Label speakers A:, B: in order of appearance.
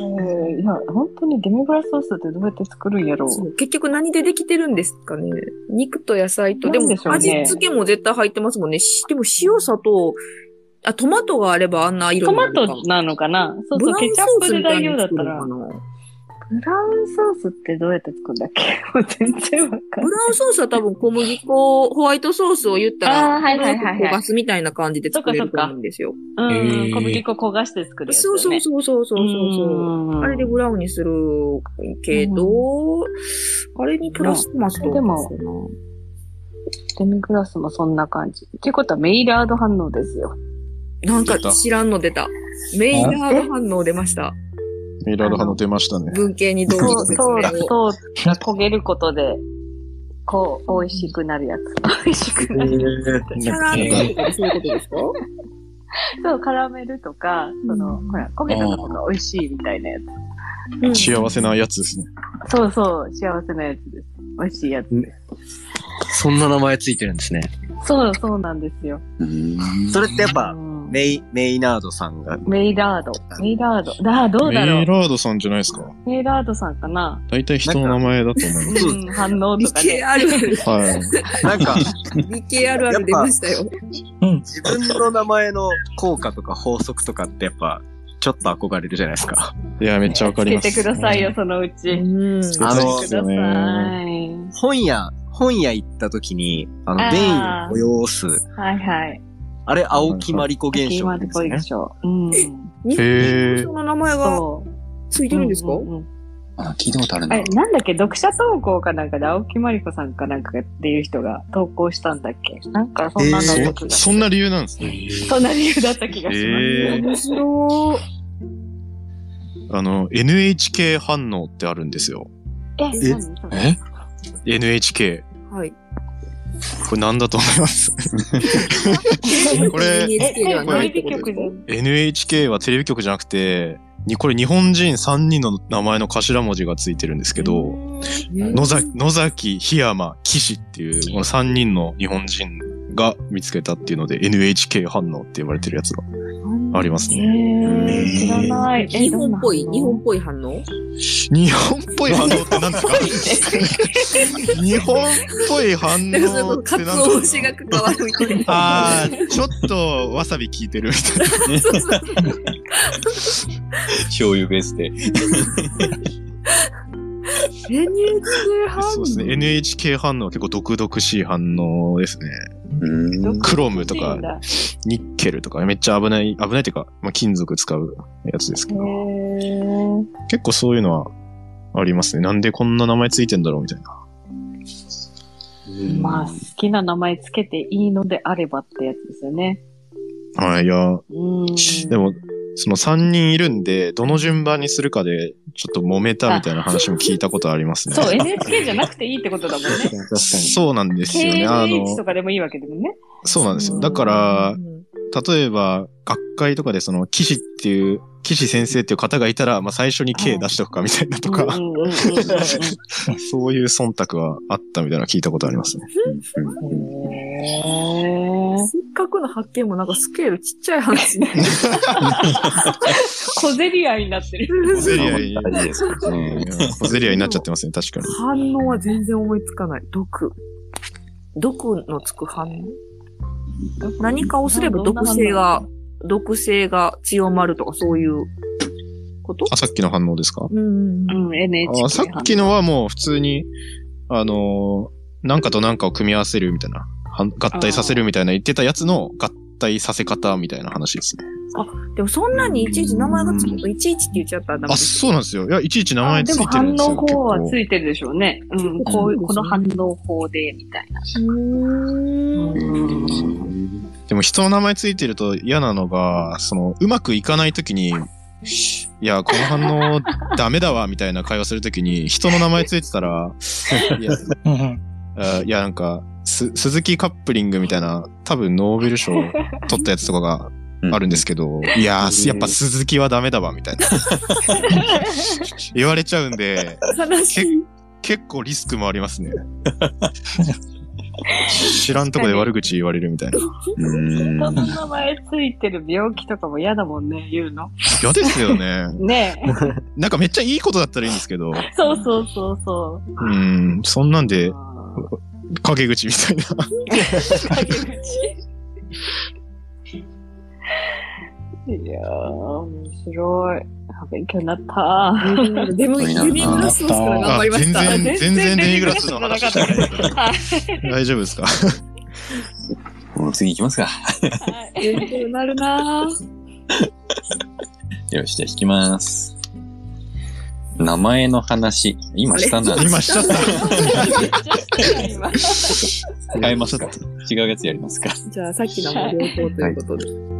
A: いや、本当にデミグラスソースってどうやって作るんやろ。
B: そうう結局何でできてるんですかね肉と野菜と。でも
A: なんでしょうね
B: 味付けも絶対入ってますもんね。しでも塩、砂糖、あ、トマトがあればあんな色
A: ト
B: に
A: マ
B: なるのか
A: トなのかなそう
B: ブ
A: そう、
B: ラウ
A: ケ
B: ン
A: チャ
B: ソ
A: ッ
B: ー
A: プ
B: ス
A: で
B: みたい
A: 代
B: に
A: 用だっ
B: 作
A: た
B: るの
A: ら
B: か。な
A: ブラウンソースってどうやって作るんだっけ もう全然わかんな
B: ブ
A: い。
B: ラウンソースは多分小麦粉、ホワイトソースを言った
A: あ
B: ら、
A: ーはいはいはいはい
B: 焦がすみたいな感じで作れると思うんですよ。
A: うん
C: へ、ー
A: 小麦粉焦がして作るやつだ
B: そ
A: よ
B: う
A: ね。
B: そうそうそうそうそう。
A: ん
B: あれでブラウンにするけど、あれにプラスマスと
A: でもデミグラスもそんな感じ。っていうことはメイラード反応ですよ。
B: なんか知らんの出た。メイラード反応出ました。
C: メイラード派の出ましたね。
B: 文系に同時
A: そ
B: の
A: う、そ
B: 説明
A: う、
B: を。
A: そう、焦げることで、こう、美味しくなるやつ。美味しくなる。
B: キャラメルとかそういうことですか
A: そう、カラメルとか、その、ほら、焦げたとこが美味しいみたいなや
B: うん
C: 幸せなやつですね。
A: つ。そうそう、幸せなやつです。美味しいやつ。
D: そんな名前ついてるんですね。
A: そう、そうなんですよ。
E: それってやっぱ
A: う、ん
E: メイ、メイナードさ んが、
A: メイラード。メイラード。だ、どうだろ
C: メイ
A: う。
C: ラードさんじゃないですか。
A: メイラードさんかな。
C: 大体人の名前だと思いま
E: そう
A: うん、反応と
B: 理
A: か
B: 系
A: ね。
B: あるある。
C: す。はい。
E: なんか、
B: 理系あるある出ましたよ。
E: 自分の名前の効果とか法則とかってやっぱ、ちょっと憧れるじゃないですか。
C: いや、めっちゃわか
A: つ
C: り
A: け
C: ます。
A: てくださいよ、そのうち。
B: うん。
C: うん。
E: あの
C: そう
A: つけ
C: です
A: て
C: よ
A: くださ
C: ね。
A: い。
E: 本屋、本屋行った時に、あの、
A: あー
E: 便意を催す、
A: はいはい。
E: あれ、青木まりこ現
A: キー
E: 象
A: マ
E: で
A: ル
E: す
A: ポイ
E: ね
A: で。しょ。うん。
B: に
C: へー
B: その名前が
A: そう。
B: ついてるんですか
A: うううん
F: あ、聞いたことある
A: あ
F: な
A: れ、。なんだっけ、読者投稿かなんかで、青木まりこさんかなんかっていう人が投稿したんだっけなんか、そんなんだった気が
C: そそんな理由なんですね。
A: そんな理由だった気がします。
C: えー
B: 面白
C: あの、NHK 反応ってあるんですよ。
A: え、何それ
F: え
C: NHK。
B: い。はい。
C: これなんだと思います これ
B: NHK では
A: テ
B: ない
A: レ
B: って
A: ビ
B: こと
A: 局
B: ですか
A: で。
C: NHK はテレビ局じゃなくて、にこれ日本人3人の名前の頭文字がついてるんですけど、野崎、野崎、檜山、岸っていう、この3人の日本人が見つけたっていうので、NHK 反応って呼ばれてるやつがあります
A: え
C: ね。
A: ー、知らない。え
B: 日本っぽい、
A: どんな
B: 日本っぽい反応
C: 日本っぽい反応って何ですか日本っぽい反応って
B: だ
C: 何
B: か
C: で
B: ら その、
C: す
B: カツオ節
C: か
B: が関わるみたいな。
C: あー、ちょっとわさび効いてるみたいな。
B: そうそう
F: 醤油ベースで。
A: NHK 反応
C: そうですね。NHK 反応は結構毒々しい反応ですね。
F: うん。
C: クロムと
A: いい
C: か
A: ん、だ
C: ニッケルとか、めっちゃ危ない、危ないっていうか、まあ、金属使うやつです
A: え
C: けど、
A: ー、
C: 結構そういうのはありますね。なんでこんな名前ついてんだろうみたいな。
A: まあ、好きな名前つけていいのであればってやつですよね。
C: はい、いや、
A: うん。
C: でも、その3人いるんで、どの順番にするかで、ちょっと揉めたみたいな話も聞いたことありますね。
A: そう、NHK じゃなくていいってことだもんね。
C: そうなんですよね。あ
A: KNH と
C: の、
A: かでもいいわけでもね。
C: そうなんですよ。だから
B: う、ん
C: 例えば、学会とかでその、騎士っていう、騎士先生っていう方がいたら、まあ最初に K 出しとくかみたいなと
A: う
C: か、
A: んうんうんうんう
C: そういう忖度はあったみたいなの聞いたことありますね。
A: んへー
B: せっかくの発見もなんかスケールちっちゃい話ね。
A: 小競り合いになってる。
C: 小競り合いに、
F: うん
C: 小競り合いになっちゃってますね、確かに。
B: 反応は全然思いつかない。毒。毒のつく反応何かをすれば毒性が、毒性が強まるとかそういうこと
C: あ、さっきの反応ですか
B: うん
A: う。ん、NHK。
C: あさっきのはもう普通に、あのーなんかとなんかを組み合わせるみたいな、はん合体させるみたいな言ってたやつの合体させ方みたいな話ですね。
B: でもそんなにいちいち名前がつくといちいちって言っちゃったらダメで
C: あ、
B: す。
C: そうなんですよ。いや、いちいち名前つ
A: でも
C: いてるん
A: 反
C: ですよ。
A: 応法は
C: 結構
A: ついてるでしょうね。うん、こういう、この反応法で、みたいな。うん
C: でも人の名前ついてると嫌なのが、その、うまくいかないときに、いや、この反応ダメだわ、みたいな会話するときに、人の名前ついて たら、いや、あいやなんか、す、鈴木カップリングみたいな、多分ノーベル賞取ったやつとかがあるんですけど、いやー、やっぱ鈴木はダメだわ、みたいな。言われちゃうんで、
B: 悲しい。
C: 結構リスクもありますね。知らんとこで悪口言われるみたいな。
F: うん。
A: 人の名前ついてる病気とかも嫌だもんね、言うの。
C: 嫌ですよね。
A: ね え。
C: なんかめっちゃいいことだったらいいんですけど、
A: そうそうそうそうう。
C: ん、そんなんで
A: あー
C: 陰口みたいな。
A: いやー、面白い。あ勉強にな った。
B: デム、デミグラスですから頑張りました。
C: あ全然、全然デミグラスの
A: 全
C: 話
A: 然デミグラスの話
C: 大丈夫ですか
F: もう次行きますか。
B: 勉強になるなぁ。
F: よし、じゃあ引きます。名前の話。今したな。
C: 今しちゃった。
F: 変えました。違うやつやりますか。
B: じゃあ、さっきのも良好ということで。